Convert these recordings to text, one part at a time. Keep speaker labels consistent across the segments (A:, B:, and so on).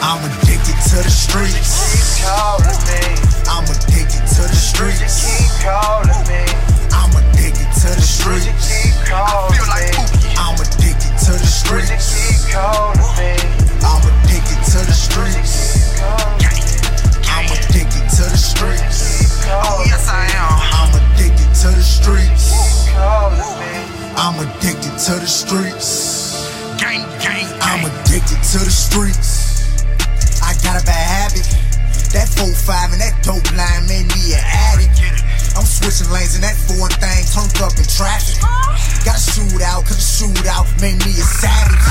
A: I'm addicted to the streets.
B: Keep calling me.
A: I'm addicted to the streets.
B: Keep calling me.
A: I'm addicted to the streets.
B: Keep calling
C: Feel like
B: me.
C: Pookie.
A: I'm addicted to the streets.
B: Keep calling me.
A: I'm addicted to the streets.
B: Keep
C: Oh,
B: calling me.
A: I'm addicted to the streets.
B: Keep
C: Oh,
B: calling me.
C: yes, I am.
A: I'm addicted to the streets.
B: Keep calling me.
A: I'm addicted to the streets.
C: Gang, gang,
A: I'm
C: gang.
A: addicted to the streets. I got a bad habit. That 4-5 and that dope line made me an addict.
C: Get it.
A: I'm switching lanes and that foreign thing turned up in traffic. Got a shootout, cause the shootout made me a savage.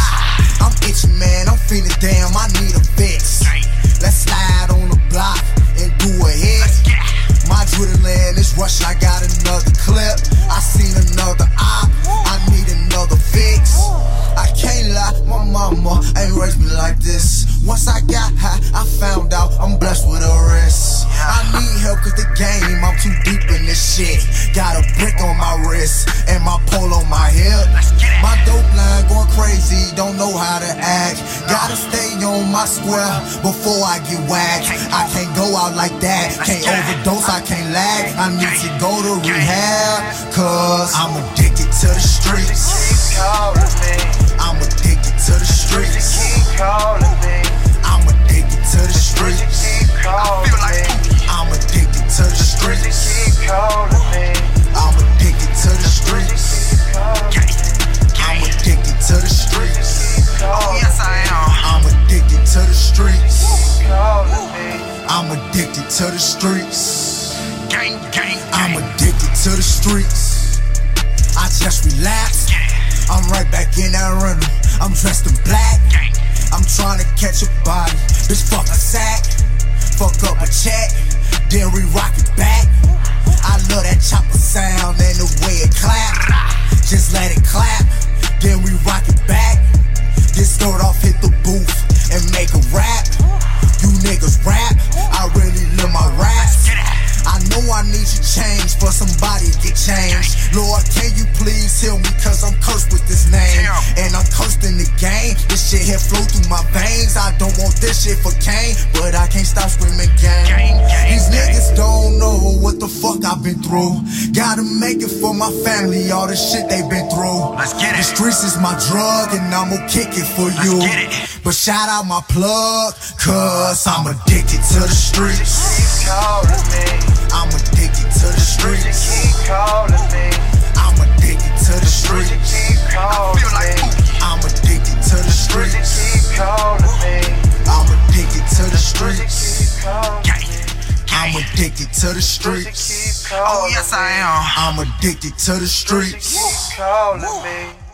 A: I'm itching, man, I'm feeling damn, I need a fix.
C: Gang.
A: Let's slide on the block and do a hit.
C: Let's get it.
A: My adrenaline is rushing, I got another clip. I seen another op, I need another fix. I can't lie, my mama ain't raised me like this. Once I got high, I found out I'm blessed with a wrist. I need help cause the game, I'm too deep in this shit. Got a brick on my wrist and my pole on my hip.
C: Let's get it.
A: My dope line going crazy, don't know how to act. Gotta stay on my square before I get whacked. I can't go out like that, can't overdose, I can't lag. I need to go to rehab, cause I'm addicted to the
B: Keep
A: streets.
B: calling me.
A: I'm addicted to the streets.
B: Keep calling me.
A: I'm addicted to the streets.
B: Keep calling
C: Feel like
B: me.
C: Pookie.
A: I'm addicted to the streets.
B: Keep calling me.
A: I'm addicted to the streets.
B: Keep calling me.
C: Gang,
A: I'm
C: gang.
A: addicted to the streets.
B: Keep
C: Oh,
B: calling
C: yes, I
A: I'm addicted to the streets.
B: calling me.
A: I'm addicted to the streets.
C: am. Gang, gang,
A: I'm
C: gang.
A: addicted to the streets. I just relax. I'm right back in that rental. I'm dressed in black.
C: Gang,
A: I'm trying to catch a body. Bitch, fuck a sack. Fuck up a check. Then we rock it back. I love that chopper sound and the way it clap. Just let it clap. Then we rock it back. Get start off, hit the booth and make a rap. You niggas rap. I really love my raps.
C: get it.
A: I know I need to change, but somebody get changed. Lord, can you please heal me? Cause I'm cursed with this name.
C: Damn.
A: And I'm cursed in the game. This shit here flow through my veins. I don't want this shit for Kane, but I can't stop screaming gang.
C: Gang, gang,
A: These
C: gang.
A: niggas don't know what the fuck I've been through. Gotta make it for my family, all the shit they've been through.
C: Let's get
A: The
C: it.
A: streets is my drug, and I'ma kick it for
C: Let's
A: you.
C: get it.
A: But shout out my plug, cause I'm addicted to the streets.
B: Keep calling me.
A: I'm addicted to the streets.
B: Keep calling me.
A: I'm addicted to the streets.
B: Keep calling
C: Feel like
B: me.
C: Pookie.
A: I'm addicted to the streets.
B: Keep calling me.
A: I'm addicted to the streets.
B: Keep calling me.
C: Gang,
A: I'm
C: gang.
A: addicted to the
B: Keep
A: streets.
B: calling
C: Oh, yes, I am.
A: I'm addicted to the streets.
B: Keep calling me.